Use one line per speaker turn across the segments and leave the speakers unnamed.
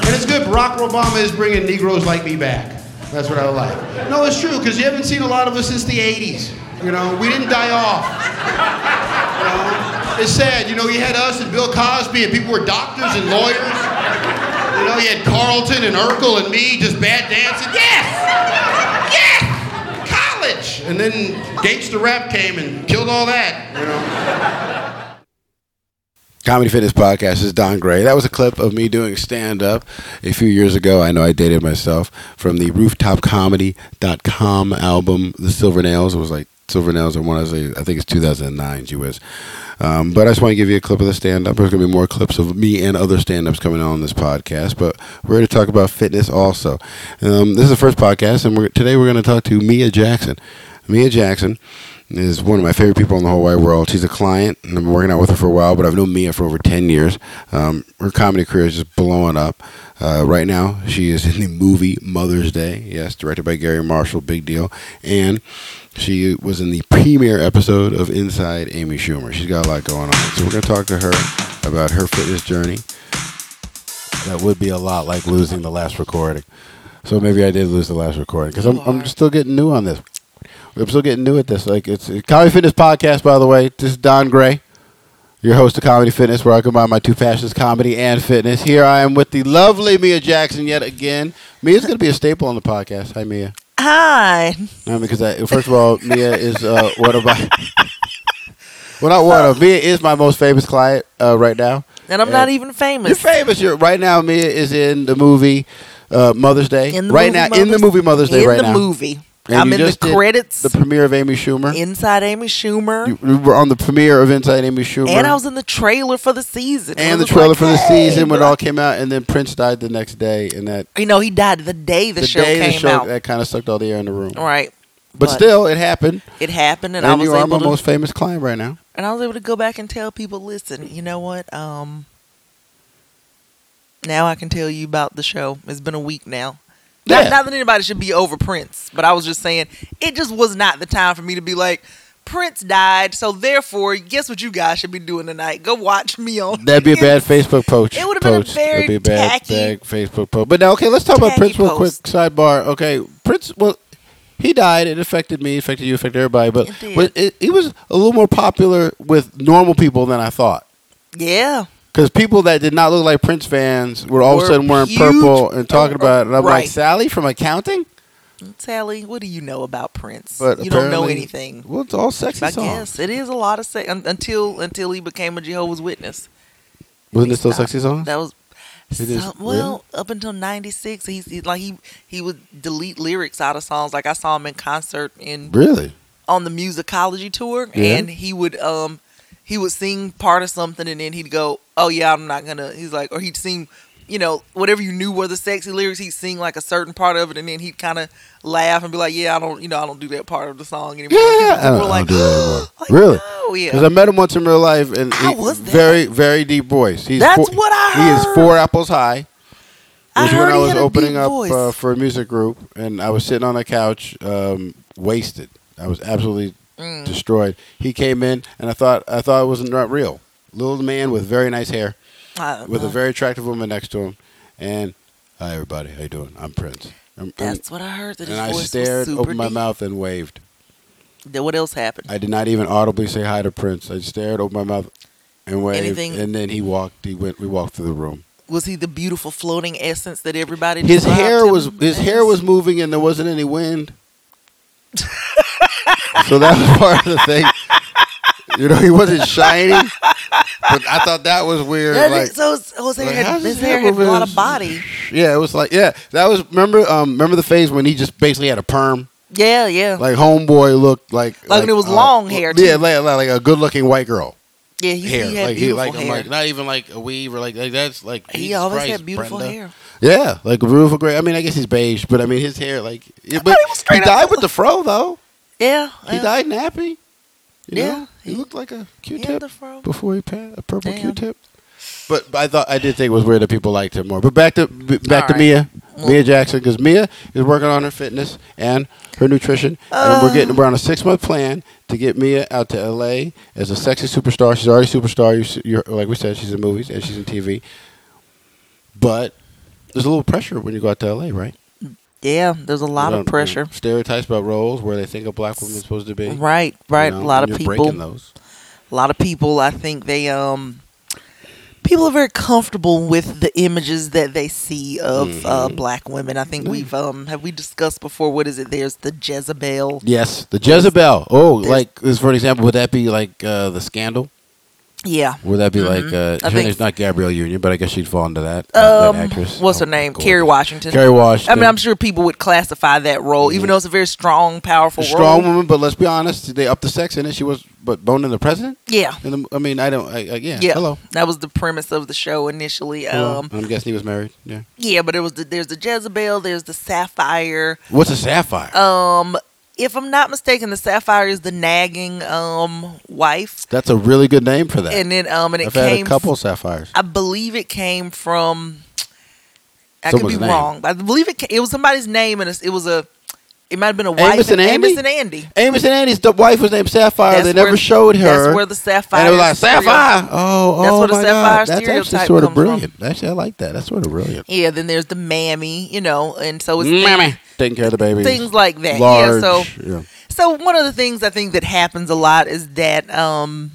Barack Obama is bringing Negroes like me back. That's what I like. No, it's true, because you haven't seen a lot of us since the 80s. You know, we didn't die off. You know, it's sad. You know, you had us and Bill Cosby, and people were doctors and lawyers. You know, you had Carlton and Urkel and me just bad dancing. Yes! Yes! College! And then Gangsta Rap came and killed all that, you know.
Comedy Fitness Podcast is Don Gray. That was a clip of me doing stand up a few years ago. I know I dated myself from the rooftopcomedy.com album, The Silver Nails. It was like Silver Nails, I want to say, I think it's 2009, Gee whiz. Um, but I just want to give you a clip of the stand up. There's going to be more clips of me and other stand ups coming on this podcast, but we're here to talk about fitness also. Um, this is the first podcast, and we're, today we're going to talk to Mia Jackson. Mia Jackson is one of my favorite people in the whole wide world. She's a client, and I've been working out with her for a while, but I've known Mia for over 10 years. Um, her comedy career is just blowing up. Uh, right now, she is in the movie Mother's Day, yes, directed by Gary Marshall, big deal. And she was in the premiere episode of Inside Amy Schumer. She's got a lot going on. So we're going to talk to her about her fitness journey. That would be a lot like losing the last recording. So maybe I did lose the last recording because I'm, I'm still getting new on this. I'm still getting new at this. Like it's it's Comedy Fitness Podcast, by the way. This is Don Gray, your host of Comedy Fitness, where I combine my two passions, comedy and fitness. Here I am with the lovely Mia Jackson yet again. Mia's going to be a staple on the podcast. Hi, Mia.
Hi.
No, because I, first of all, Mia is uh, one of my well, not one of Mia is my most famous client uh, right now.
And I'm not even famous.
You're famous. You're right now. Mia is in the movie uh, Mother's Day.
In the
right
movie
now, in the
Mother's-
movie Mother's Day.
in
right
the
now.
movie.
And
I'm
you
in the
just did
credits
The premiere of Amy Schumer.
inside Amy Schumer.
You- you were on the premiere of Inside Amy Schumer.
and I was in the trailer for the season. I
and the
was
trailer
like,
for the
"Hey,
season when it
bro."
all came out, and then Prince died the next day, and that
You know, he died the day the,
the
show
day
came
the show
out.
that kind of sucked all the air in the room.
right.
But, still, it happened,
It happened, and,
and,
I was
you are
able
my
to,
most famous client right now.
and I was able to go back and tell people, listen, you know what? Um, now I can tell you about the show. It's been a week now. Not,
Yeah.
not that anybody should be over Prince, but I was just saying it just was not the time for me to be like Prince died, so therefore, guess what you guys should be doing tonight? Go watch me on.
That'd be a bad
Facebook.
Facebook post.
it would've been a
post.
very
It'd be a bad,
tacky-
bad Facebook post. But now, okay, let's talk about
tacky
Prince real quick.
post.
Sidebar. Okay, Prince. Well, he died. It affected me. Affected you. Affected everybody. But
It did.
but it, he was a little more popular with normal people than I thought.
Yeah.
Because people that did not look like Prince fans were all of a
Were
sudden wearing
huge-
purple and talking
uh,
about it. And I'm like,
right.
Sally from accounting?
Sally, what do you know about Prince?
But
you don't know
apparently-
anything.
Well, it's all sexy
I
songs.
guess it is a lot of sex un- until until he became a Jehovah's Witness.
Wasn't
He
it still
stopped.
sexy songs?
That was
It is-
some- well up until '96. He's, he's like he he would delete lyrics out of songs. Like I saw him in concert in
really?
on the musicology tour,
Yeah.
and he would um he would sing part of something, and then he'd go, "Oh yeah, I'm not gonna." He's like, or he'd sing, you know, whatever you knew were the sexy lyrics. He'd sing like a certain part of it, and then he'd kind of laugh and be like, "Yeah, I don't, you know, I don't do that part of the song anymore." And
Yeah.
people
I don't,
were
I
like,
don't do that anymore.
like,
really?
"No, yeah."
Because I met him once in real life, and
How
he-
was that?
very, very deep voice. He's
That's
four,
what I
He is
heard.
four apples high.
I
was when
heard
I
he
was
had a
opening
deep
up
voice.
uh, for a music group, and I was sitting on a couch, um, wasted. I was absolutely
Mm.
destroyed. He came in, and I thought I thought it was not real. Little man with very nice hair,
I don't
with a
know.
very attractive woman next to him, and hi everybody, how you doing? I'm Prince. I'm- I'm-
That's what I heard. That
and
his
I
voice was
stared,
super
opened my
deep.
mouth, and waved.
Then what else happened?
I did not even audibly say hi to Prince. I stared, opened my mouth, and waved.
Anything-
And then he walked. He went. We walked through the room.
was he the beautiful floating essence that everybody?
His
described
hair
him
was his
as?
hair was moving and there wasn't any wind. so that was part of the thing. You know, he wasn't shiny. But I thought that was weird.
That
like,
is- so his, his hair
like,
had,
how's
his
his
hair
hair
had a lot
moving?
of body.
yeah, it was like yeah, that was remember um remember the phase when he just basically had a perm?
Yeah, yeah,
Like homeboy looked like uh,
Like, and it was long hair,
Yeah,
too.
like, like a good looking white girl.
yeah. He,
hair.
he had
like
beautiful
like I'm
hair.
like not even like a weave or like, like that's like
He
Jesus
always
Christ,
had beautiful
Brenda.
hair.
Yeah, like beautiful gray. I mean, I guess he's beige, but I mean his hair, like, it, but
thought he was
he
straight up.
died with the fro though.
Yeah.
He
yeah.
died nappy. You
Yeah,
know? he,
he-
looked like a
He
Q-tip
had the fro.
before he passed, a purple
Damn.
Q-tip. But, but I thought I did think it was weird that people liked him more. But back to b- back
All
to
right.
Mia,
Well-
Mia Jackson, because Mia is working on her fitness and her nutrition, and we're getting we're on a six month plan to get Mia out to L.A. as a sexy superstar. She's already a superstar. You, s- you're, like we said, she's in movies and she's in TV. But There's a little pressure when you go out to LA, right?
Yeah, there's a lot
You
of
know,
pressure.
Stereotypes about roles where they think a black woman is supposed to be.
Right, right.
You know,
a lot
and
of
you're breaking
people.
those.
A lot of people. I think they um. People are very comfortable with the images that they see of uh,
Mm-hmm.
black women. I think we've um have we discussed before. What is it? There's the Jezebel.
Yes, the Jezebel. Oh,
There's-
like this for an example, would that be like uh, the scandal?
Yeah.
Would that be like uh,
Mm-hmm. I
her
think-
name's not Gabrielle Union, but I guess she'd fall into that. uh,
Um,
that actress.
what's her
Oh,
name?
God.
Carrie Washington.
Kerry Washington.
I mean, I'm sure people would classify that role, even though it's a very strong, powerful
strong
role.
woman, but let's be honest, they upped the sex in it. She was, but boning the president.
Yeah.
In the, I mean, I don't. I, I, yeah.
Yeah.
Hello.
That was the premise of the show initially.
Hello.
Um,
I'm guessing he was married. Yeah.
yeah, but it was the, there's the Jezebel, there's the Sapphire.
What's a sapphire?
Um, if I'm not mistaken, the Sapphire is the nagging um wife,
That's a really good name for that.
and then um and it
I've had
came.
a couple sapphires.
I believe it came from. I
Someone's
could be
name.
wrong. but I believe it. ca- It was somebody's name, and it's- it was a. It might have been a wife.
Amos and Andy?
Amos and Andy.
Amos and Andy's d- wife was named Sapphire.
That's
they
where-
never showed her.
That's where the sapphire.
and it was like
stereo-
sapphire. Oh,
That's
oh
where the
my
sapphire
God. That's actually
stereotype
sort of
comes from.
brilliant. Actually, I like that. That's sort of brilliant.
Yeah, then there's the mammy, you know, and so it's
Mammy. taking care of the baby.
things like that.
Large.
Yeah, so
yeah.
so one of the things I think that happens a lot is that um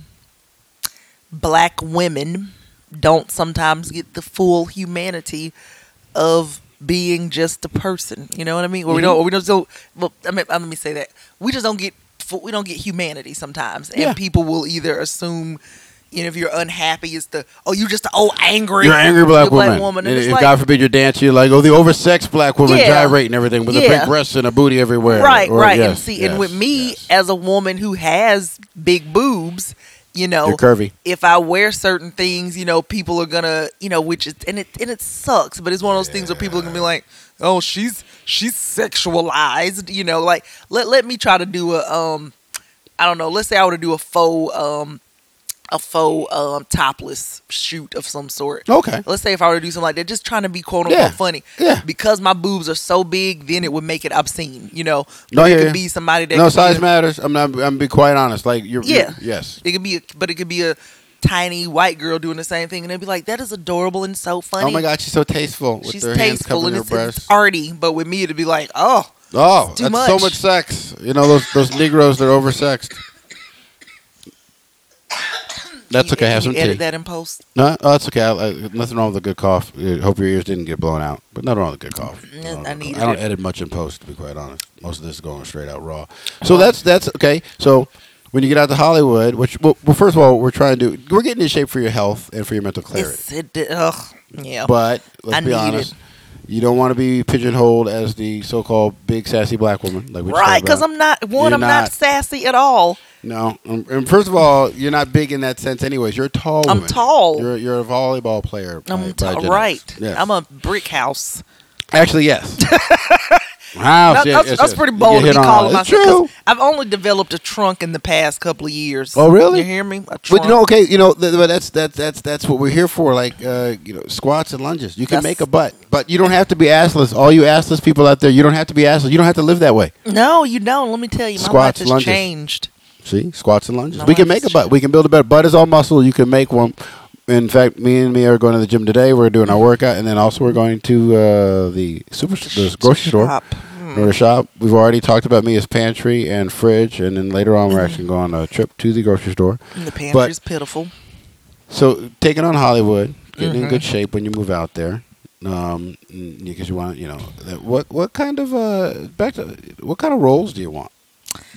black women don't sometimes get the full humanity of being just a person. You know what I mean? Or
Mm-hmm.
we don't. Or we don't. So, well, I mean, let me say that we just don't get. fu- We don't get humanity sometimes, and
Yeah.
people will either assume. You know, if you're unhappy, it's the oh, you're just the old angry,
You're an angry black
you're
woman.
And
And
it's
if
like,
God forbid you're dancing, you're like, oh, the oversexed black woman
Yeah.
gyrating everything with her
Yeah.
big breasts and a booty everywhere.
Right,
Or-
right. and
yes,
see,
yes,
and with me
yes.
as a woman who has big boobs, you know,
You're curvy.
if I wear certain things, you know, people are gonna, you know, which is and it and it sucks, but it's one of those things where people are gonna be like, oh, she's she's sexualized, you know, like let let me try to do a um, I don't know, let's say I were to do a faux um, a faux um topless shoot of some sort.
Okay.
Let's say if I were to do something like that, just trying to be quote unquote
Yeah.
funny.
Yeah.
Because my boobs are so big, then it would make it obscene, you know.
No,
But
yeah,
it could
yeah.
be somebody that
No,
could be
size
a-
matters. I'm not. I'm be quite honest. Like you're.
Yeah.
you're- yes.
It could be a, but it could be a tiny white girl doing the same thing and they'd be like, That is adorable and so funny.
Oh my God, she's so tasteful with
She's
her
tasteful
hands covering
and it's,
her
it's
breasts.
arty, but with me it'd be like, Oh,
Oh,
It's too
that's so
much.
much sex. You know those those Negroes that are oversexed. That's
you-
okay. Have
you
some
edit
tea.
that in post.
No, oh, that's okay. I, I, nothing wrong with a good cough. Uh, hope your ears didn't get blown out, but nothing wrong with a good cough.
Mm,
Nothing wrong with
I
a good
needed
cough. I don't
it.
edit much in post, to be quite honest. Most of this is going straight out raw. So that's that's okay. So when you get out to Hollywood, which well, well first of all, we're trying to we're getting in shape for your health and for your mental clarity.
It's, it, ugh, yeah.
But let's
I
be
need
honest,
it.
you don't want to be pigeonholed as the so-called big sassy black woman, like we just talked about.
right, because I'm not one,
You're
I'm not.
not.
sassy at all.
No, um, and first of all, you're not big in that sense, anyways. You're a tall.
I'm
woman.
tall.
You're you're a volleyball player. by-
I'm
by
t-
genetics.
right.
Yes.
I'm a brick house.
actually yes. wow,
That-
yes,
that's,
yes,
that's
yes.
pretty
You
bold
get hit
to be
on.
calling
It's
myself. 'cause
true.
I've only developed a trunk in the past couple of years.
Oh, really?
You hear me? A trunk.
But you know, okay, you know, th- but that's that's that's that's what we're here for. Like, uh, you know, squats and lunges. You can
That's-
make a butt, but you don't have to be assless. All you assless people out there, you don't have to be assless. You don't have to live that way.
no, you don't. Let me tell you, my
Squats,
life has
lunges.
changed.
See, squats and lunges.
No,
we can
I
make a
just-
butt. We can build a butt. Butt is all muscle. You can make one. In fact, me and me are going to the gym today. We're doing our workout, and then also we're going to uh, the super the grocery store,
Shop.
in order to shop. We've already talked about Mia's pantry and fridge, and then later on we're actually going on a trip to the grocery store.
And the pantry's pitiful.
So taking on Hollywood, getting
Mm-hmm.
in good shape when you move out there, um, because you want you know that- what what kind of uh back to what kind of roles do you want?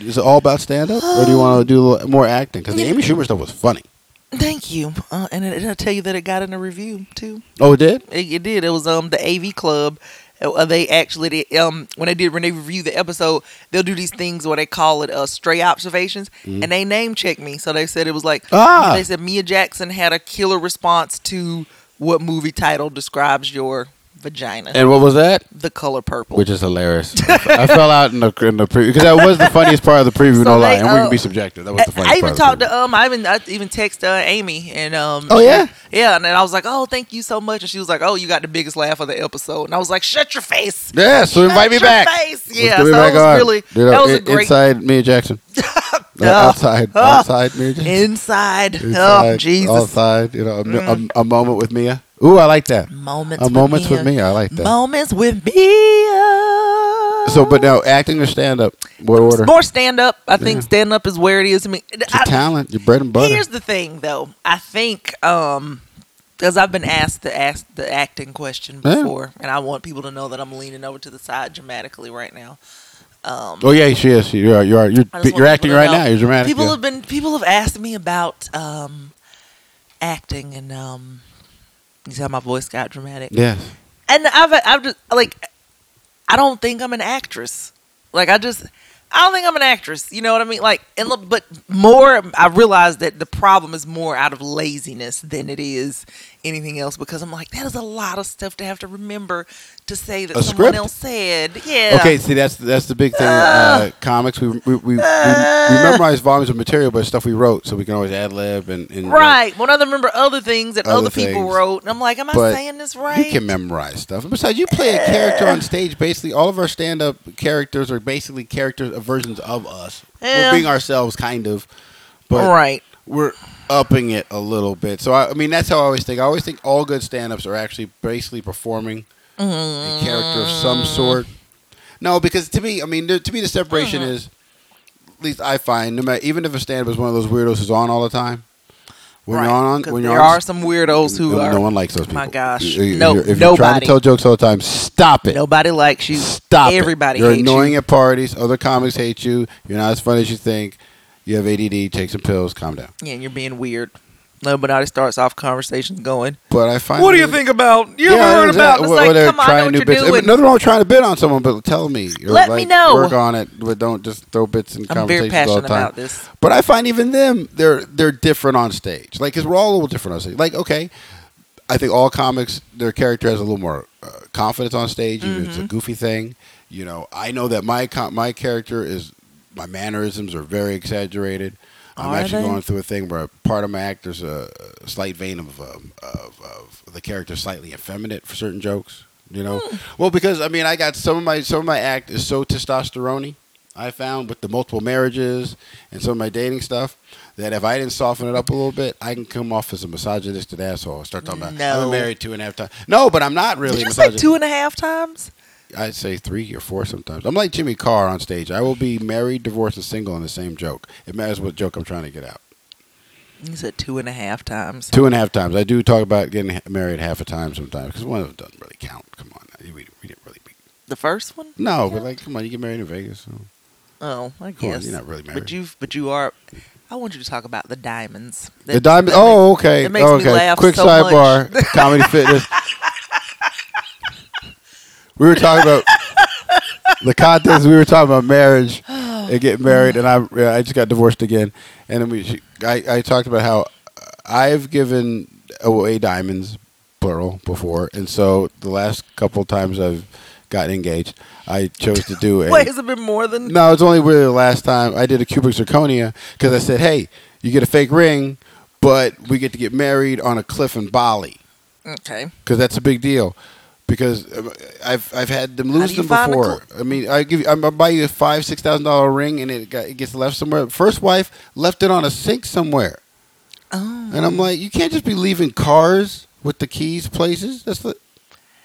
Is it all about stand up, or do you want to do a little more acting? Because the Amy Schumer stuff was funny.
Thank you. Uh, and it, I tell you that it got in a review too.
Oh, it did.
It, it did. It was um the AV Club. Uh, they actually did, um when they did when they review the episode, they'll do these things where they call it uh, stray observations, and they name check me. So they said it was like
Mm-hmm. Ah.
they said Mia Jackson had a killer response to what movie title describes your vagina?
And what was that?
the color purple.
Which is hilarious. I fell out in the in the preview because that was the funniest part of the preview.
So
no lie,
they,
and we
uh,
can be subjective. That was
I,
the
I
funniest part.
even
of
talked
the preview.
to um I even I even texted uh, Amy and um
Oh,
she-
yeah?
yeah and then I was like oh thank you so much and she was like oh you got the biggest laugh of the episode and I was like shut your face
Yeah, so invite
uh, Shut
me
your
back.
face.
Let's
Yeah,
get me
so it was
on.
really-
You know,
that was a
in-
great- Oh.
inside Mia Jackson. Uh,
Ugh.
outside,
Ugh.
outside Mia Jackson.
inside, oh
Inside,
Jesus Mm.
outside, you know, a, mi- a- a moment with Mia. Ooh, I like that.
Moments.
Uh,
with
moments
me.
with me. I like that.
Moments with me. uh.
So, but now acting or stand up? What order?
more stand up. I think
Yeah.
stand up is where it is. I mean,
Your
I-
talent, your bread and butter.
Here's the thing, though. I think um because I've been asked to ask the acting question
Yeah.
before, and I want people to know that I'm leaning over to the side dramatically right now. Um,
Oh yeah, she is. You are. You are. You're,
I just want
you're acting
people to
right
know.
now. You're dramatic.
People
yeah.
have been people have asked me about um acting, and um you see how my voice got dramatic.
Yes.
And I've I've just like I don't think I'm an actress. Like I just I don't think I'm an actress. You know what I mean? Like and look, but more I realized that the problem is more out of laziness than it is anything else because I'm like that is a lot of stuff to have to remember to say that
A
someone
script?
else said. Yeah.
Okay. See, that's that's the big thing. Uh, comics. We we, we, we we memorize volumes of material, but stuff we wrote, so we can always ad lib and, and
Right. When I remember other things that
Other
other, people
things.
wrote, and I'm like, am I
But
saying this
You know,
right?
You can memorize stuff. And besides, you play a character on stage. Basically, all of our stand-up characters are basically characters, versions of us.
Yeah.
We're being ourselves, kind of. But
right.
we're upping it a little bit. So I, I mean, that's how I always think. I always think all good stand-ups are actually basically performing a
Mm-hmm.
character of some sort. No, because to me, I mean, there- to me, the separation
Mm-hmm.
is, at least I find, no matter even if a stand-up is one of those weirdos who's on all the time. When
right.
you're on,
'Cause
when you're
there
on,
are some weirdos who
no,
are Oh
no one likes those people.
My gosh.
If you're-
No,
if you're trying to
nobody.
tell jokes all the time, stop it.
Nobody likes you.
Stop it.
Everybody
You're
hates
annoying
you.
at parties. Other comics hate you. You're not as funny as you think. You have ADD. Take some pills. Calm down.
Yeah, and you're being weird. Nobody starts off conversations going.
But I find
What do you
that-
think about? You
Yeah,
ever heard
exactly.
about? It's
Or- or
like,
they're
come on, I know
trying
what
new
you're
bits. I mean,
doing.
Nothing wrong with trying to bid on someone, but tell me. Or,
Let me
like,
know.
Work on it, but don't just throw bits in
I'm
conversations all
very passionate
the time.
about this.
But I find even them, they're they're different on stage. Like, cause we're all a little different on stage. Like, okay, I think all comics, their character has a little more uh, confidence on stage. Even if
Mm-hmm.
it's a goofy thing. You know, I know that my com- my character is my mannerisms are very exaggerated. I'm
Are
actually
they?
going through a thing where part of my act there's a a slight vein of um, of, of the character slightly effeminate for certain jokes. You know,
Hmm.
well because I mean I got some of my some of my act is so testosterone. I found with the multiple marriages and some of my dating stuff that if I didn't soften it up a little bit, I can come off as a misogynistic asshole. and Start talking about I've been
No.
married two and a half times. No, but I'm not really.
Did you say
misogynistic.
two and a half times?
I'd say three or four sometimes. I'm like Jimmy Carr on stage. I will be married, divorced, and single in the same joke. It matters what joke I'm trying to get out.
You said two and a half times.
Two and a half times. I do talk about getting ha- married half a time sometimes because one of them doesn't really count. Come on, we, we didn't really. Be,
The first one?
no, but like, come on, you get married in Vegas. So.
Oh, I
Come on,
guess.
you're not really married.
But you, but you are. I want you to talk about the diamonds.
the diamond. Oh, okay.
that makes me
okay.
laugh
Quick
so
sidebar. Comedy fitness. We were talking about the contest. We were talking about marriage and getting married, and I yeah, I just got divorced again. And then we she, I I talked about how I've given away diamonds plural before, and so the last couple times I've gotten engaged, I chose to do a
Wait, has it been more than?
no, it's only really the last time I did a cubic zirconia because I said, "Hey, you get a fake ring, but we get to get married on a cliff in Bali
Okay.
because that's a big deal." Because uh, I've I've had them
do
lose
you
them
find a
before. I mean, I give you, I'm, I buy you a five six thousand dollar ring and it got, it gets left somewhere. First wife left it on a sink somewhere,
Oh.
and I'm like, you can't just be leaving cars with the keys places. That's the,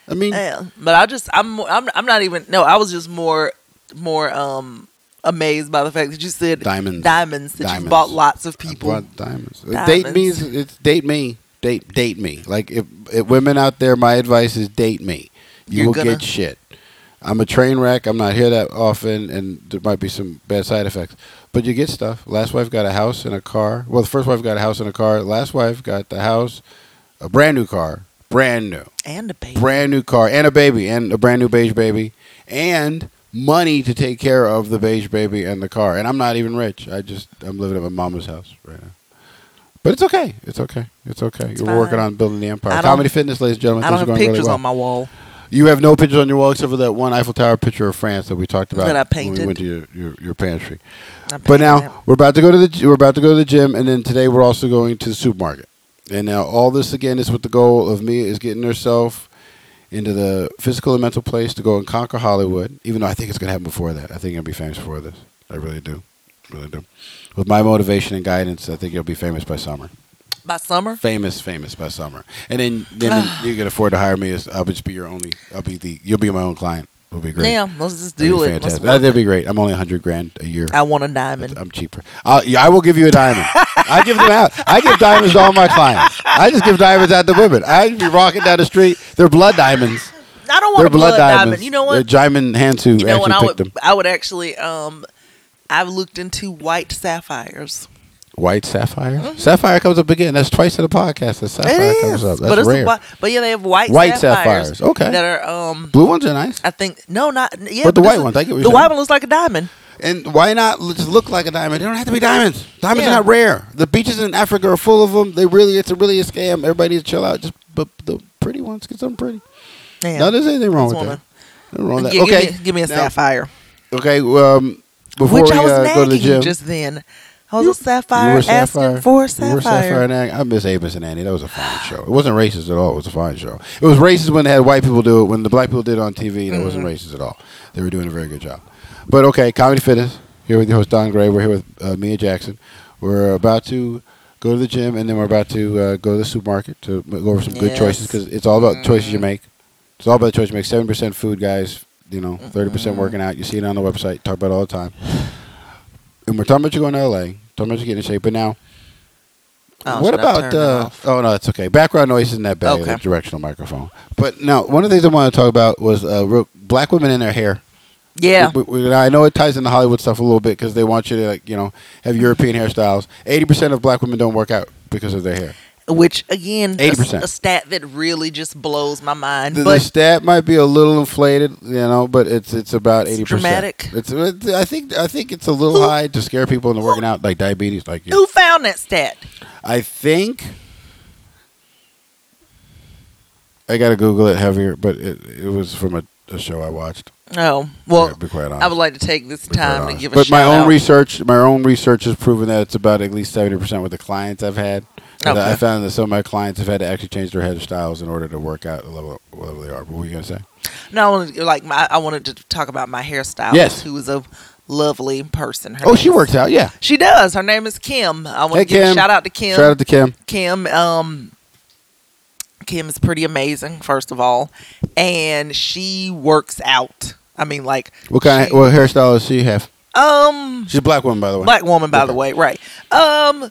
I mean,
Yeah, but I just I'm more- I'm I'm not even no. I was just more more um amazed by the fact that you said
Diamonds.
diamonds that
Diamonds.
you bought lots of
I
people.
bought diamonds. Uh, Date
Diamonds.
me is it's date me. Date date me. Like if, if women out there, my advice is date me. You
You're
will
gonna-
get shit. I'm a train wreck. I'm not here that often, and there might be some bad side effects. But you get stuff. Last wife got a house and a car. Well, the first wife got a house and a car. Last wife got the house, a brand new car, brand new
and a baby.
brand new car and a baby and a brand new beige baby and money to take care of the beige baby and the car. And I'm not even rich. I just I'm living at my mama's house right now. But it's okay. It's okay. It's okay. You're working
fine.
on building the
I
empire.
don't-
Comedy fitness, ladies and gentlemen.
I don't
things are
have
going
pictures
really well.
on my wall.
You have no pictures on your wall except for that one Eiffel Tower picture of France that we talked about
That I
when we
painted.
went to your, your, your pantry.
I
But
painted
now
it.
we're about to go to the gy- we're about to go to the gym, and then today we're also going to the supermarket. And now all this again is with the goal of me is getting herself into the physical and mental place to go and conquer Hollywood. Even though I think it's going to happen before that, I think I'll be famous before this. I really do, really do. With my motivation and guidance, I think you'll be famous by summer.
by summer.
famous, famous by summer, and then then
Ah.
you can afford to hire me. As I'll just be your only. I'll be the. You'll be my own client. It'll be great.
Damn, let's just
That'd
do
be
it. Let's
Fantastic.
work
That'd be great. I'm only hundred grand a year.
it. I want a diamond.
I'm cheaper. I'll, yeah, I will give you a diamond. I give them out. I give diamonds to all my clients. I just give diamonds out to women. I be walking down the street. They're blood diamonds.
I don't want
They're
a blood,
blood
diamond.
diamonds.
You know what?
The diamond hands who
you know what? I
actually picked
would.
them.
I would actually. Um, I've looked into white sapphires.
White sapphire. Sapphire comes up again. That's twice in the podcast. That sapphire
Mm-hmm. it
comes
is,
up. That's
but it's a
rare.
whi- but yeah, they have white
White
sapphires.
sapphires, okay.
That are um.
Blue ones are nice.
I think no, not yeah.
But the
this
white
is-
ones, I get what you're
the white
saying.
one looks like a diamond.
And why not l- just look like a diamond? They don't have to be diamonds. Diamonds
Yeah.
are not rare. The beaches in Africa are full of them. They really, it's a really a scam. Everybody needs to chill out. Just but the pretty ones get something pretty.
Yeah.
No, there's anything wrong
This
with
woman.
that. Nothing wrong with that.
Gi-
okay,
give me, give me a
Now-
sapphire.
Okay, um, before
Which
we
I was
uh, go to
nagging
the
you
gym,
just then. I was
You-
a sapphire
you were
asking for a
You were sapphire
sapphire.
and Ag- I miss Apis and Annie. That was a fine show. It wasn't racist at all. It was a fine show. It was racist when they had white people do it. When the black people did it on TV, that wasn't racist at all. They were doing a very good job. But okay, comedy fitness. Here with your host Don Gray. We're here with uh, Mia Jackson. We're about to go to the gym, and then we're about to uh, go to the supermarket to m- go over some good
Yes.
choices because it's all about choices you make. It's all about the choice you make. Seven percent food, guys. You know, 30 percent working out. You see it on the website. Talk about it all the time. And we're talking about you going to LA. Talking about you getting in shape. But now,
Oh,
what
should I
about?
turn it
Uh,
off?
oh no, it's okay. Background noise isn't that bad. with
Okay.
a directional microphone. But now, one of the things I want to talk about was uh, real, black women and their hair.
yeah,
We- we- I know it ties into Hollywood stuff a little bit because they want you to, like, you know, have European hairstyles. Eighty percent of black women don't work out because of their hair.
which again, a,
80%.
a stat that really just blows my mind.
The, the
but
stat might be a little inflated, you know, but it's it's about
It's
eighty percent.
dramatic.
It's it's- I think I think it's a little
Who-
high to scare people into working out, like diabetes. Like you-
who found that stat?
I think I gotta Google it heavier, but it it was from a, a show I watched.
Oh well,
to be quite honest.
I would like to take this
Be quite
time to
honest.
give a
but my
shout
own
out.
research, my own research has proven that it's about at least seventy percent with the clients I've had. And
Okay.
I found that some of my clients have had to actually change their hairstyles in order to work out the level, what level they are. What were you gonna say?
No, I wanted, like my, I wanted to talk about my hairstylist,
Yes.
who is a lovely person. Her
Oh, she
name is-
works out. Yeah.
She does. Her name is Kim. I want
Hey,
to give
Kim.
a shout out to Kim.
Shout out to Kim.
Kim, um, Kim is pretty amazing, first of all, and she works out. I mean, like,
What kind?
she-
of, what hairstyle does she have?
um,
She's a black woman, by the way.
black woman, by the
Okay.
way, right? Um,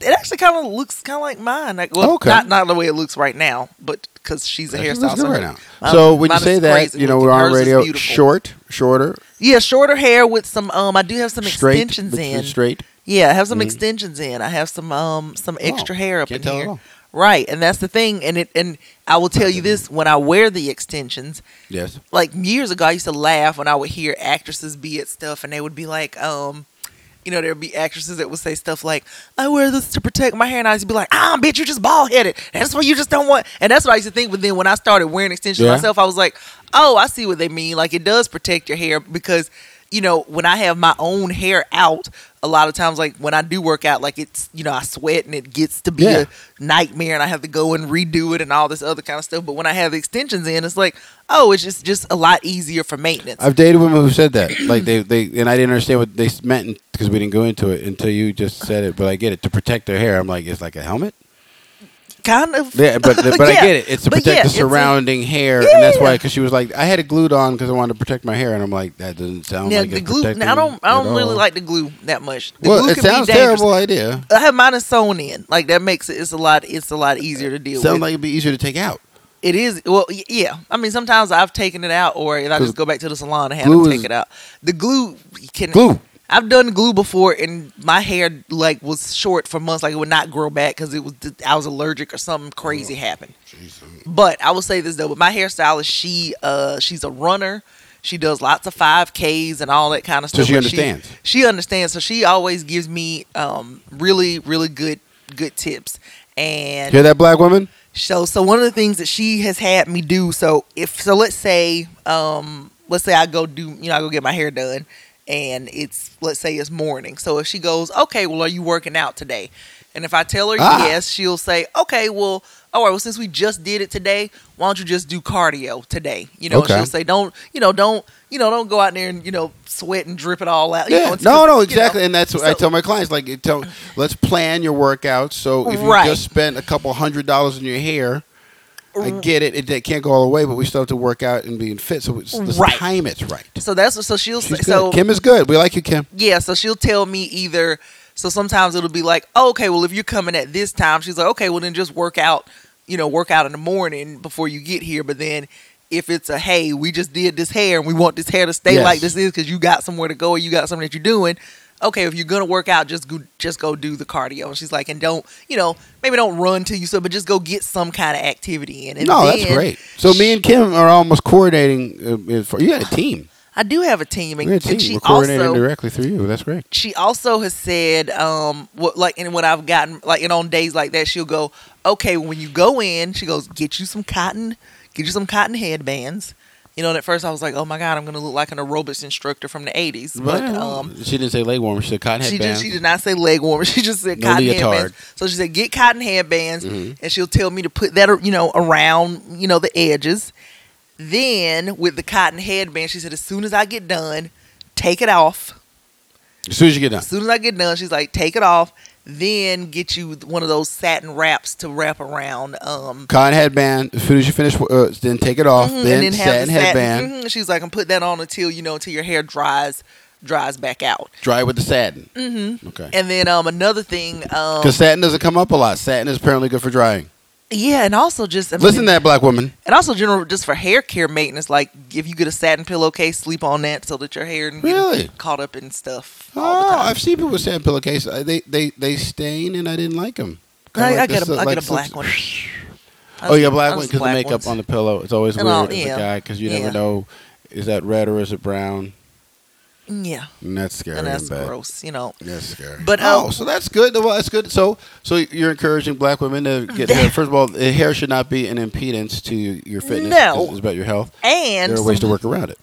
it actually kind of looks kind of like mine. Like, well,
Oh, Okay.
not not the way it looks right now, but because she's a
Actually,
hairstylist.
that's good right now.
Mine-
so when you
mine is
say that,
crazy
you know
looking.
we're on
Hers is
radio.
beautiful.
Short, shorter,
Yeah, shorter hair with some um I do have some
straight,
extensions
but
in.
Straight.
Yeah, I have some
Mhm.
extensions in. I have some um some extra
Oh,
hair up
can't
in
tell at
here.
all.
Right, and that's the thing and it and I will tell you this when I wear the extensions,
Yes.
like years ago I used to laugh when I would hear actresses be at stuff and they would be like um you know, there'd be actresses that would say stuff like, I wear this to protect my hair. And I used to be like, ah, bitch, you're just bald headed. That's what you just don't want. And that's what I used to think. But then when I started wearing extensions
Yeah.
myself, I was like, oh, I see what they mean. Like, it does protect your hair because, you know, when I have my own hair out, a lot of times, like when I do work out, like it's, you know, I sweat and it gets to be
Yeah.
a nightmare and I have to go and redo it and all this other kind of stuff. But when I have extensions in, it's like, oh, it's just, just a lot easier for maintenance.
I've dated women who said that, like they, they, and I didn't understand what they meant because we didn't go into it until you just said it. But I get it to protect their hair. I'm like, it's like a helmet.
kind of.
Yeah, but but I
Yeah.
get it. It's to
But
protect
yeah,
the
it's a-
surrounding hair, and that's why
Yeah.
because she was like, I had it glued on because I wanted to protect my hair, and I'm like, that doesn't sound
Yeah,
like
the
it's
glue.
protecting
Now, I don't. I
at
don't really
all.
like the glue that much. The
Well,
glue
it
can
sounds
be dangerous.
terrible idea.
I have mine is sewn in. Like that makes it. It's a lot. It's a lot easier to deal
Sounds
with.
like it'd be easier to take out.
it is. Well, y- yeah. I mean, sometimes I've taken it out, or if I
'Cause
just go back to the salon and have
glue
them take
is-
it out. The glue can
Glue.
I've done glue before, and my hair like was short for months. Like it would not grow back because it was I was allergic or something crazy
Oh,
happened. But I will say this though, with my hairstylist, she uh she's a runner. She does lots of five Ks and all that kind of
So
stuff.
she
but
understands.
She, understands. So she always gives me um really really good good tips. And
Hear that, black woman?
so, so one of the things that she has had me do. So, if so, let's say, um, let's say I go do, you know, I go get my hair done, and it's let's say it's morning. So if she goes, okay, well, are you working out today? And if I tell her
Ah.
yes, she'll say, okay, well, all right, well, since we just did it today, why don't you just do cardio today? You know, and
Okay.
she'll say, don't, you know, don't, you know, don't go out there and you know sweat and drip it all out. You know,
Yeah.
it's
No,
just,
no,
you
exactly.
know.
and that's what I
So-
tell my clients. Like, you tell, let's plan your workouts. So if you
Right.
just spent a couple hundred dollars in your hair, I get it. It, it can't go all the way, but we still have to work out and be in fit. So it's, let's
Right.
time it right.
So that's what. So she'll
She's
say.
good.
So
Kim is good. We like you, Kim.
yeah. So she'll tell me either. So sometimes it'll be like, oh, okay, well, if you're coming at this time, she's like, okay, well, then just work out. You know, work out in the morning before you get here. But then. If it's a hey, we just did this hair and we want this hair to stay
Yes.
like this is because you got somewhere to go or you got something that you're doing. Okay, if you're gonna work out, just go just go do the cardio. And she's like, and don't you know maybe don't run till you so, but just go get some kind of activity in. And
no, that's
then-
great. So me and Kim are almost coordinating. Uh, for, you got a team.
I do have a team, and,
We got a team.
and she
We're coordinating
also
directly through you. That's great.
she also has said um what like and what I've gotten like and on days like that she'll go okay when you go in she goes get you some cotton get you some cotton headbands you know and at first I was like oh my god I'm gonna look like an aerobics instructor from the 80s but um
she didn't say leg warmer. She said cotton
she
headband.
just she did not say leg warmer she just said
No
cotton
leotard. Mm-hmm.
headbands so she said get cotton headbands and she'll tell me to put that ar- you know around you know the edges then with the cotton headband she said as soon as I get done take it off.
as soon as you get done.
As soon as I get done, she's like, take it off, then get you one of those satin wraps to wrap around. Um,
Cotton headband. As soon as you finish, uh, then take it off.
mhm,
Then,
and then have
satin
the
headband.
mhm. She's like, and put that on until you know until your hair dries dries back out.
Dry with the satin. Mm-hmm. Okay.
And then um, another thing, um,
Because satin doesn't come up a lot. Satin is apparently good for drying.
yeah, and also just I mean,
Listen to that, black woman.
and also general just for hair care maintenance. Like if you get a satin pillowcase, sleep on that so that your hair didn't get
Really?
caught up in stuff. all the
Oh,
time.
I've seen people with satin pillowcases. I- They they they stain, and I didn't like them.
I, I get a, I get a black one.
uh, Oh, you got a black one
Those
because the
black
makeup
ones.
on the pillow. It's always
And
weird
all-
as
yeah.
a guy because you
Yeah.
never know is that red or is it brown,
Yeah,
and that's scary
and
and,
that's
bad.
gross. You know,
That's scary.
But,
oh,
um,
so that's good. Well, that's good. So so you're encouraging black women to get hair. First of all, the hair should not be an impedance to your fitness.
No.
it's about your health.
and
there are ways
some-
to work around it.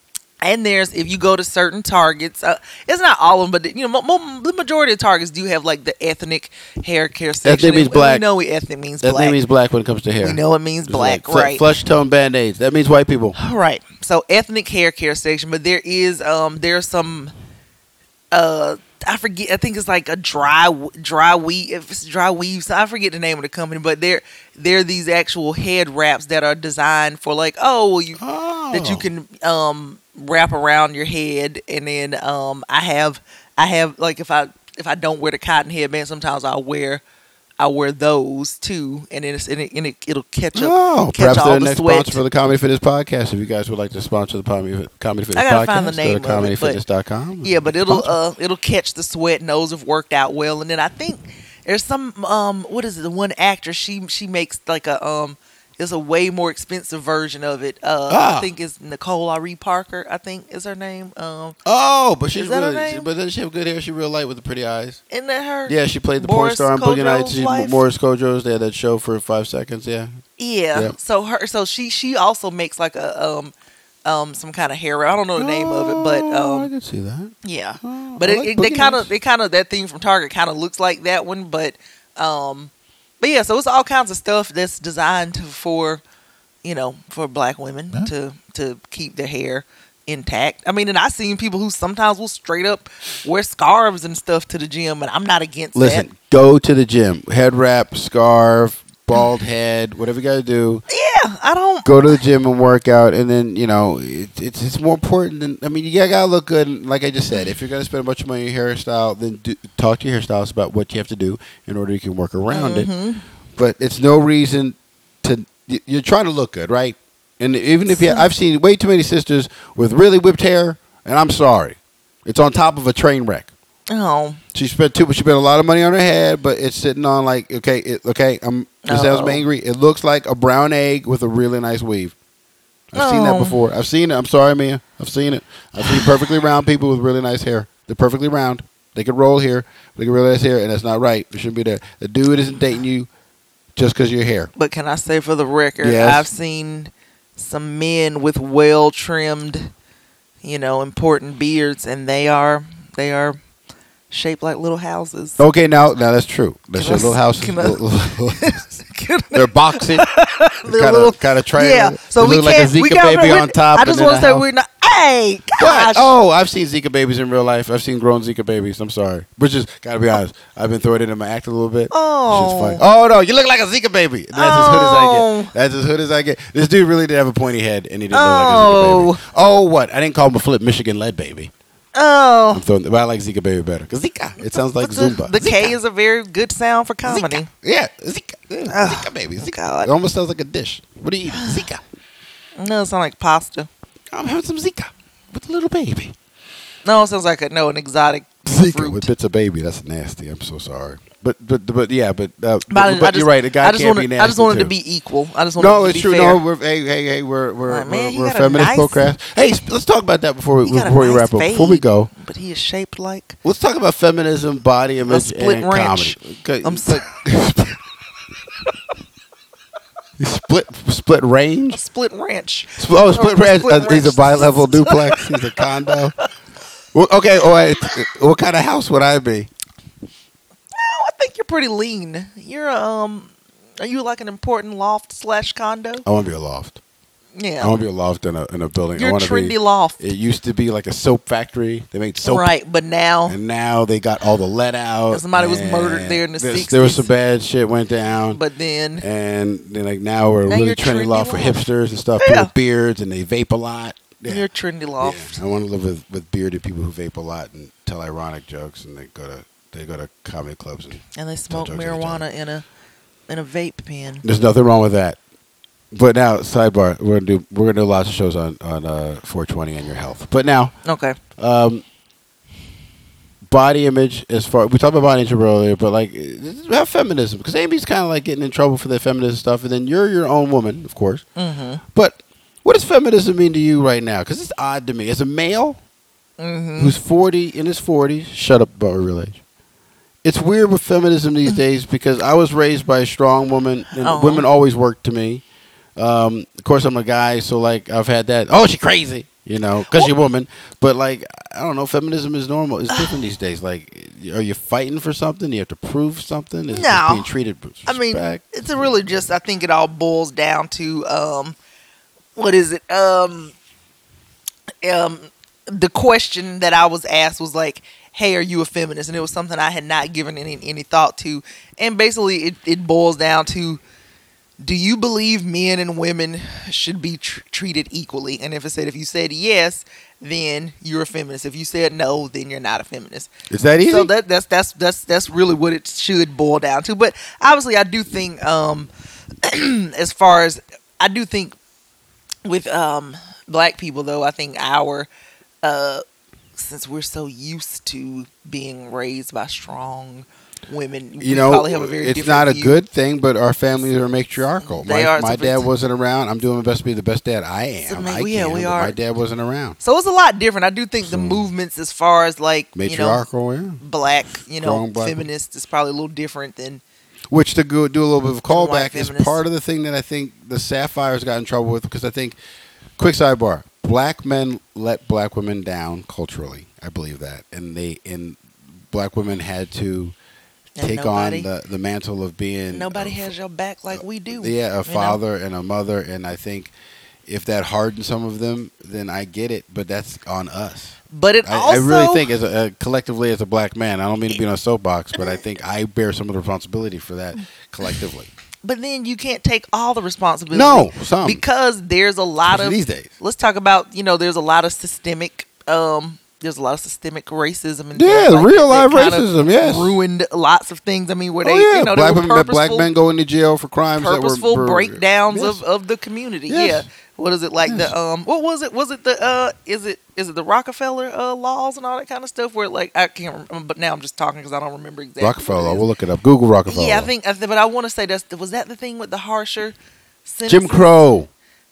and there's if you go to certain targets uh, it's not all of them but you know mo- mo- the majority of targets do have like the ethnic hair care section
means
And we
black.
know we ethnic means
That
black
thing means black when it comes to hair.
we know it means
It's
black
like fl-
right
Flesh tone band aids. That means white people.
right so ethnic hair care section but there is um there's some uh I forget. I think it's like a dry, w- dry weave. If it's dry weave, so I forget the name of the company, but they're they're these actual head wraps that are designed for like, oh, well, you
Oh.
that you can um wrap around your head and then um I have I have like if I if I don't wear the cotton headband sometimes I'll wear I wear those too and then it's, and, it, and it, it'll catch up
Oh,
catch
perhaps
all
they're the
the
next
sweat.
sponsor for the Comedy Fitness podcast. If you guys would like to sponsor the Comedy Comedy Fitness
I gotta
podcast,
find the name
go
of
to
it, but-
comedyfitness.com.
yeah, but it'll uh it'll catch the sweat and those have worked out well and then I think there's some um what is it the one actress she she makes like a um it's a way more expensive version of it. Uh,
Ah.
I think it's Nicole Ari Parker. I think is her name. Um,
Oh, but she's
Is that her
really,
name?
but doesn't she have good hair? She real light with the pretty eyes.
isn't that her?
Yeah, she played the porn
Boris
star on Boogie Nights.
Kodro's
She's
wife?
Morris Kojo's. They had that show for five seconds. Yeah,
Yeah.
Yep.
So her so she she also makes like a um um some kind of hair. I don't know the name of it, but
Oh, I
um
could see that.
yeah.
Oh,
But
I
it,
like
it- they
Boogie
kind of
Nights.
they kind of that thing from Target kind of looks like that one, but um but yeah, so it's all kinds of stuff that's designed to, for you know, for black women
Yeah.
to to keep their hair intact. I mean, and I've seen people who sometimes will straight up wear scarves and stuff to the gym, and I'm not against
Listen, go to the gym. Head wrap, scarf, bald head, whatever you got to do.
that. Yeah, I don't
Go to the gym and work out, and then you know it, it's it's more important than I mean. You gotta- gotta look good. And like I just said, if you're gonna spend a bunch of money on your hairstyle, then do, talk to your hairstylist about what you have to do in order you can work around it. But it's no reason to you- you're trying to look good, right? And even if you, I've seen way too many sisters with really whipped hair, and I'm sorry, it's on top of a train wreck.
oh,
She spent too. She spent a lot of money on her head, but it's sitting on like okay, it, okay. I'm. This sounds
Uh-oh.
angry. It looks like a brown egg with a really nice weave. I've seen that
Oh.
before. I've seen it. I'm sorry, Mia. I've seen it. I've seen perfectly round people with really nice hair. They're perfectly round. They could roll here. They could really nice hair, and that's not right. It shouldn't be there. The dude isn't dating you just because your hair.
But can I say for the record,
Yes.
I've seen some men with well trimmed, you know, important beards, and they are they are shaped like little houses.
Okay, now now that's true. That's
Can
your
I
little
s-
house.
can I-
They're boxing.
They're little-
kind of trailing.
yeah, so
They
we
look like a
can't.
Zika
we got.
baby
we're-
on top.
I
and
just
then
want
a
to say
house.
we're not. I Hey,
But,
gosh.
oh, I've seen Zika babies in real life. I've seen grown Zika babies. I'm sorry, but just gotta be honest. I've been throwing it in my act a little bit.
Oh.
It's just funny. oh no, you look like a Zika baby. That's as hood as I
Oh.
get. That's as hood as I get. This dude really did have a pointy head, and he didn't
Oh.
look like a Zika baby. Oh, what? I didn't call him a flip Michigan lead baby.
Oh.
I'm throwing, but I like Zika baby better. 'Cause Zika, it sounds like
the,
Zumba.
The
Zika.
K is a very good sound for comedy.
Yeah, Zika, Yeah,
Oh,
Zika baby, Zika.
God.
It almost sounds like a dish. What are you eating? Zika.
No, it sounds like pasta.
I'm having some Zika with a little baby.
No, it sounds like a, no, an exotic
Zika
fruit.
with bits of baby. That's nasty. I'm so sorry. But but but yeah. But uh, but,
But I- I
but you're
just-
right. A guy
I just
can't
wanted,
be nasty.
I just wanted to
too.
be equal. I just wanted
No,
to
it's
be
true.
Fair.
No, we're hey hey hey. We're we're
Like, man,
we're,
you
we're
got a
feminist
nice-
podcast. Hey, sp- let's talk about that before we
He got a
before we
nice
wrap up. Before we
fade,
go,
But he is shaped like
let's talk about feminism, body image,
split
and
wrench.
comedy. Okay,
I'm
it's like- split split
a
range.
split wrench.
Sp- Oh, split
Or
ranch.
split
Uh, he's a
ranch.
bi-level duplex. He's a condo. Well, okay, all right. what kind of house would I be?
No, I think you're pretty lean. You're um, are you like an important loft slash condo?
I want to be a loft. I
Yeah,
want to be a loft in a in a building. I
you're
want to
trendy
be.
loft,
It used to be like a soap factory. They made soap,
right? But now
and now they got all the lead out.
Somebody was murdered
and
there in the
this- There was
60s.
some bad shit went down.
But then,
and then like now we're
Now
really
you're
trendy
trendy
loft for
loft.
hipsters and stuff.
Yeah.
People with beards and they vape a lot. Yeah.
you're trendy
Yeah.
loft.
I want to live with, with bearded people who vape a lot and tell ironic jokes and they go to they go to comedy clubs and
And they smoke
jokes all the time.
marijuana in a in a vape pen.
There's nothing wrong with that. But now, sidebar, we're gonna do we're gonna do lots of shows on on uh, 420 and your health. But now,
Okay.
um, body image as far we talked about body image earlier, but like eh, have feminism because Amy's kind of like getting in trouble for the feminist stuff, and then you're your own woman, of course.
Mm-hmm.
But what does feminism mean to you right now? Because it's odd to me as a male
Mm-hmm.
who's 40 in his 40s. Shut up about real age. It's weird with feminism these
Mm-hmm.
days because I was raised by a strong woman, and
Uh-huh.
women always worked to me. Um, of course, I'm a guy, so like I've had that. Oh, she crazy, you know, because she's a woman. But like, I don't know, feminism is normal. It's different these days. Like, are you fighting for something? You have to prove something. Is it just
No.
being treated with
I mean,
respect?
it's a really just. I think it all boils down to um, what is it? Um, um, the question that I was asked was like, "Hey, are you a feminist?" And it was something I had not given any any thought to. And basically, it it boils down to. Do you believe men and women should be tr- treated equally? And if it said if you said yes, then you're a feminist. If you said no, then you're not a feminist.
is that easy?
So that that's that's that's that's really what it should boil down to. But obviously, I do think, um, as far as I do think with um black people though, I think our uh since we're so used to being raised by strong women, we
you know,
probably have a very
it's
different
not a
view.
good thing, but our families are matriarchal.
They
my
are.
my
It's a-
dad wasn't around. I'm doing my best to be the best dad I
It's
am.
ama-
I
yeah,
can,
we
but
are.
My dad wasn't around.
So it's a lot different. I do think the movements as far as like you know
Matriarchal, yeah.
black, you know,
Strong black-
feminist is probably a little different than
Which to go, do a little bit of
white
callback is
feminists.
part of the thing that I think the Sapphires got in trouble with because I think, quick sidebar, black men let black women down culturally. I believe that, and they and black women had to
And
take
nobody-
on the, the mantle of being
nobody
of-
has your back like we do. you
um, Yeah,
know?
a father and a mother, and I think if that hardened some of them, then I get it. But that's on us.
But it
I,
also
I really think, as a, uh, collectively as a black man, I don't mean to be on a soapbox, but I think I bear some of the responsibility for that collectively.
But then you can't take all the responsibility.
No, some
because there's a lot
especially
of.
these days.
Let's talk about you know there's a lot of systemic um there's a lot of systemic racism and
Yeah,
things like
real life
that that kind of
racism. Yes.
ruined lots of things. I mean, where they
oh yeah,
you
black,
know they were
women, black
purposeful,
men going to jail for crimes that were,
purposeful
were-
breakdowns
Yes.
of, of the community.
Yes.
Yeah. What is it like
Yes.
the um what was it was it the uh is it is it the Rockefeller uh laws and all that kind of stuff where like I can't remember but now I'm just talking because I don't remember exactly what it
Rockefeller.
is.
We'll look it up. Google Rockefeller.
Yeah, I think, I th- but I want to say that's was that the thing with the harsher sentences?
Jim Crow.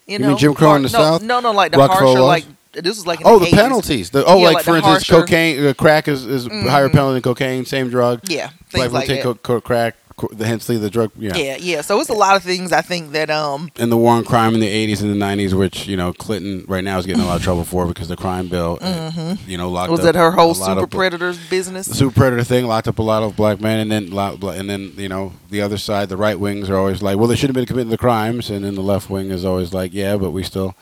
You,
You mean Jim Crow in the
no,
South?
No, no, like the
Rockefeller
harsher,
laws?
like this was like in
Oh, the
80s.
penalties. The, oh,
Yeah,
like,
like
for
the
instance,
harsher- Mm-hmm.
cocaine, uh, crack is, is higher penalty than cocaine, same drug.
Yeah, things
black people
like
take
that.
co- co- crack, co- the hensely the drug, yeah.
yeah, yeah. So it's a lot of things I think that um
And the war on crime in the 80s and the 90s, which you know Clinton right now is getting a lot of trouble for because the crime bill, uh, you know, locked
Mm-hmm. was
up
that her
a
whole
lot
super
of,
predators business.
the super predator thing locked up a lot of black men, and then lo- bla- and then you know the other side, the right wings are always like, well, they shouldn't have been committing the crimes, and then the left wing is always like, yeah, but we still,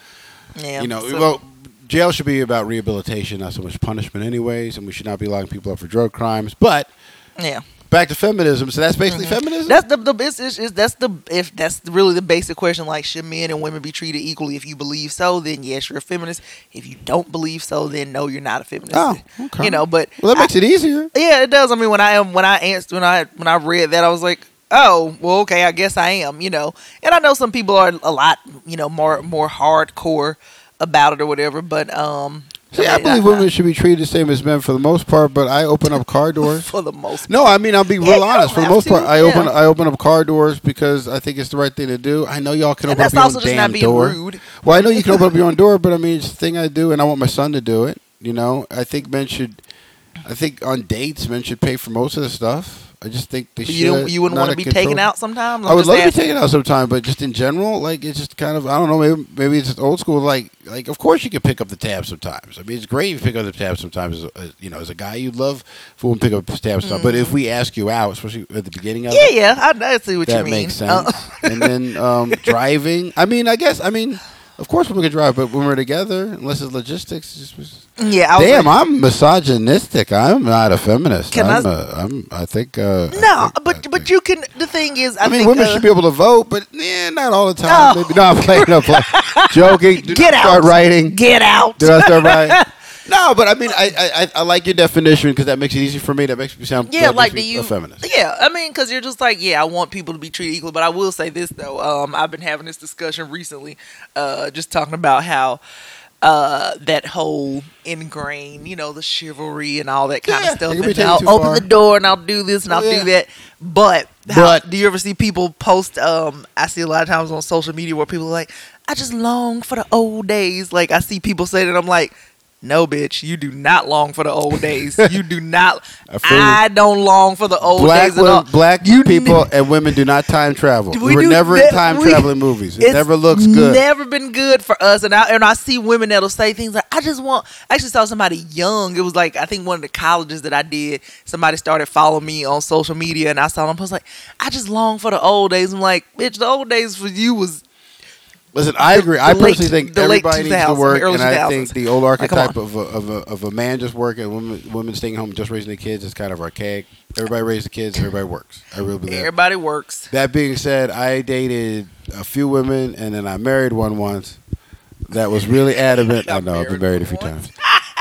yeah,
you know,
so-
well, Jail should be about rehabilitation, not so much punishment, anyways, and we should not be locking people up for drug crimes. But
Yeah.
back to feminism. So that's basically feminism.
That's the the best is, is that's the if that's really the basic question. Like, should men and women be treated equally? If you believe so, then yes, you're a feminist. If you don't believe so, then no, you're not a feminist.
Oh, okay.
You know, but
well, that makes it easier.
yeah, it does. I mean, when I am when I answered when I when I read that, I was like, oh, well, okay, I guess I am. You know, and I know some people are a lot, you know, more more hardcore about it or whatever. But um,
See, I
mean,
believe women should be treated the same as men for the most part, but I open up car doors.
for the most.
No, I mean I'll be
you
real
don't
honest. For the
have
most
to,
part, I open
yeah.
I open up car doors because I think it's the right thing to do. I know y'all can
And
open up
that's
your own
also just
damn
not being
door.
rude.
Well, I know you can open up your own door, but I mean it's the thing I do, and I want my son to do it. You know, I think men should. I think on dates, men should pay for most of the stuff. I just think they should.
You don't, you wouldn't
not
want to
a
be
control-
taken out sometimes.
I would love to
asking.
take it out sometime, but just in general, like it's just kind of I don't know. Maybe maybe it's just old school. Like like of course you can pick up the tab sometimes. I mean it's great you pick up the tab sometimes. As a, you know, as a guy, you love for women to pick up the tab stuff. But if we ask you out, especially at the beginning of
Mm. Yeah,
it,
yeah, I, I see what you
that
mean.
makes sense.
Uh,
and then um, driving. I mean, I guess I mean. Of course, women can drive, but when we're together, unless it's logistics, it's just,
Uh, yeah, I was
damn,
like,
I'm misogynistic. I'm not a feminist.
Can I
I'm,
s-
I, am I'm, I think. Uh, I
no,
think- I
but
think-
but you can. The thing is, I,
I, mean,
think,
women
uh,
should be able to vote, but eh, not all the time.
No.
Maybe. No, I'm playing. No, I'm playing. Joking. Do
Get
not Start
out.
writing.
get out.
Do not start writing. No, but I mean, I I, I- I like your definition because that makes it easy for me. That makes me sound
yeah,
that makes
like do
me
you?
a feminist.
Yeah, I mean, because you're just like, yeah, I want people to be treated equal. But I will say this though, um, I've been having this discussion recently, uh, just talking about how uh, that whole ingrained, you know, the chivalry and all that kind
Yeah,
of stuff.
it can be
And
taken
I'll
too
open
far. Oh,
the door and I'll do this and I'll
Yeah.
do that. But, how,
But-
do you ever see people post? Um, I see a lot of times on social media where people are like, I just long for the old days. Like I see people say that I'm like. No, bitch, you do not long for the old days. You do not.
I feel you.
I don't long for the old
Black
days at all.
women, black
You
people and women do not time travel.
We
We were
do
never in
ne-
time
we-
traveling movies. It
It's
never looks good.
Never been good for us. And I and I see women that'll say things like, "I just want." I actually saw somebody young. It was like I think one of the colleges that I did. Somebody started following me on social media, and I saw them post like, "I just long for the old days." I'm like, "Bitch, the old days for you was
Listen, I agree. I
the late-
personally think
the late
everybody needs to
2000s,
work,
early
and I
2000s.
think the old
Like, come
archetype of a, of a of a man just working, women women staying home just raising their kids is kind of archaic. Everybody raises kids, everybody works. I really believe that.
everybody works."
That being said, I dated a few women, and then I married one once. That was really adamant. I know I've been married a few times.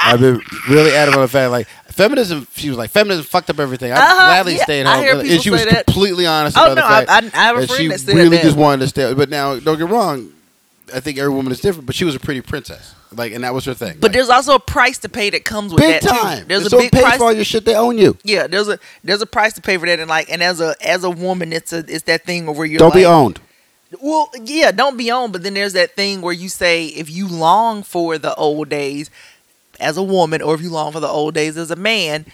I've been really adamant on the fact like feminism. She was like feminism fucked up everything. I
Uh-huh,
gladly
yeah,
stayed
I
home,
hear
and
people
she was
say that.
completely honest
Oh
about
no,
the fact
I, I, I have a
that she
friend that said
really
that.
just wanted to stay. But now, don't get wrong. I think every woman is different, but she was a pretty princess. Like, and that was her thing.
but
like,
there's also a price to pay that comes with
big
that too.
time.
There's
If
a
someone
big price.
pays for all your shit. They own you.
yeah, there's a there's a price to pay for that, and like, and as a as a woman, it's a it's that thing where you're
Don't be
like-
owned.
Well, yeah, don't be on. But then there's that thing where you say if you long for the old days as a woman, or if you long for the old days as a man,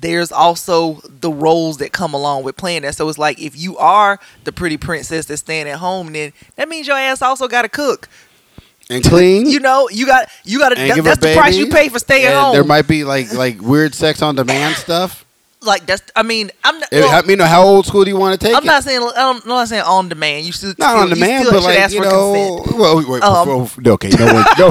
there's also the roles that come along with playing that. So it's like if you are the pretty princess that's staying at home, then that means your ass also got to cook.
And clean.
You know, you got you got to.
and give
that's
her
the price you
babies,
pay for staying
and
home.
There might be like like weird sex on demand stuff.
like that's. I mean, I'm not.
It-
well,
I mean, how old school do you want to take
I'm
it?
not saying I'm not saying on demand. You still
Not
still-
on demand,
you
but
still should
like
ask
you
for
know.
consent.
Well, wait, wait,
Um,
well, no, okay, no one, no.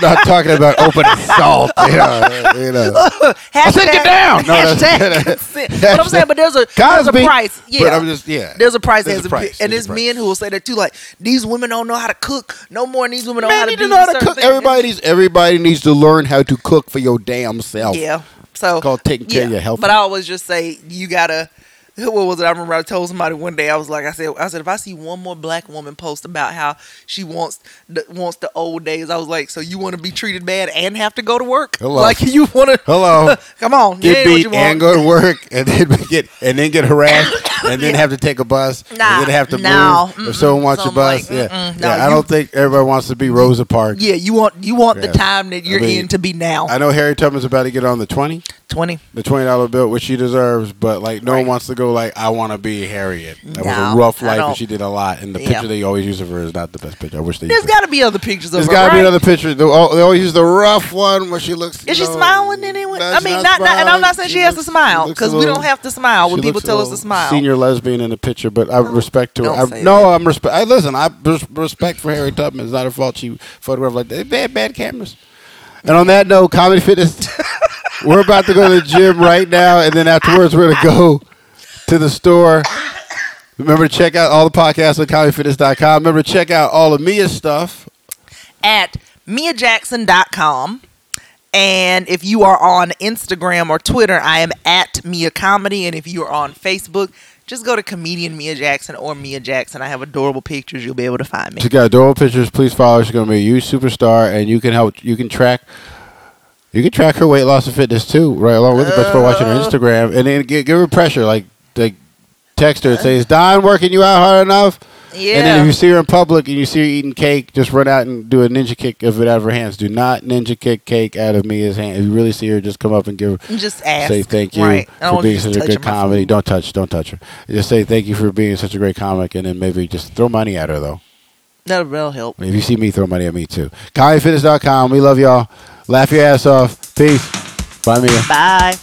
not talking about open assault. You know, you know.
Hashtag,
said get down. No, that's-
hashtag consent. But I'm saying, but there's a
Cosby,
there's a price. Yeah,
But I'm just yeah.
there's a price.
There's
as
a
a
price,
and
there's
there's
a price.
men who will say that too. Like these women don't know how to cook no more. than These women don't know
Man,
how to
you
do
know how to
certain
cook.
things.
Everybody needs everybody needs to learn how to cook for your damn self.
Yeah. So
It's called taking care of your health.
But I always just say you gotta. What was it? I remember I told somebody one day I was like I said I said if I see one more black woman post about how she wants the, wants the old days I was like so you want to be treated bad and have to go to work
Hello.
like you want to
Hello.
come on
get
yeah, what
beat
you want.
and go to work and then get and then get harassed and then have to take a bus
Nah,
and then have to
no,
move
mm-mm.
if someone wants a
So I'm
bus.
like,
yeah,
mm-mm, no,
yeah. I
you-
don't think everybody wants to be Rosa Parks.
Yeah, you want you want
Yeah.
the time that you're
mean,
in to be now.
I know Harry Tubman's about to get on the twenty,
Twenty.
the twenty dollar bill, which she deserves. But like, no one
Right.
wants to go like, I want to be Harriet. That was
No,
a rough
I
life, and
don't.
she did a lot. And the
Yeah.
picture they always use of her is not the best picture. I wish they.
There's
used it.
got to be other pictures of
There's
her.
got to be
right?
another picture. They al- they always use the rough one where she looks. you
Is she
know,
smiling anyway?
no,
I
she's
mean, not, not. And I'm
smiling.
not saying she, has
looks-
to smile
looks a
because we
little-
don't have to smile when
She
people
looks a
tell us to
little
smile.
you're lesbian in the picture, but I respect to her.
don't
I,
say
no,
that.
I'm respect. I listen. I res- respect for Harry Tubman. It's not her fault. She photographed like that. Bad, bad cameras. And on that note, comedy fitness. we're about to go to the gym right now, and then afterwards, we're gonna go to the store. Remember to check out all the podcasts on comedyfitness.com. Remember to check out all of Mia's stuff.
at miajackson.com. And if you are on Instagram or Twitter, I am at Mia Comedy. And if you are on Facebook, just go to comedian Mia Jackson or Mia Jackson. I have adorable pictures. You'll be able to find me.
She's got adorable pictures. Please follow. her. She's gonna be a huge superstar, and you can help. You can track. You can track her weight loss and fitness too, right along with it. But for watching her
Uh.
Instagram, and then give, give her pressure, like like text her and say, "Is Don working you out hard enough?" And then
Yeah.
if you see her in public and you see her eating cake, just run out and do a ninja kick of it out of her hands. Do not ninja kick cake out of Mia's hand. If you really see her, just come up and give her
Just ask.
say thank you
right? I don't
for
want you
being
just
such a good
touching my
comedy.
food.
Don't touch, don't touch her. Just say thank you for being such a great comic, and then maybe just throw money at her though.
That'll, that'll help.
I mean, if you see me, throw money at me too. ComedyFitness.com. We love y'all. Laugh your ass off. Peace. Bye, Mia.
Bye.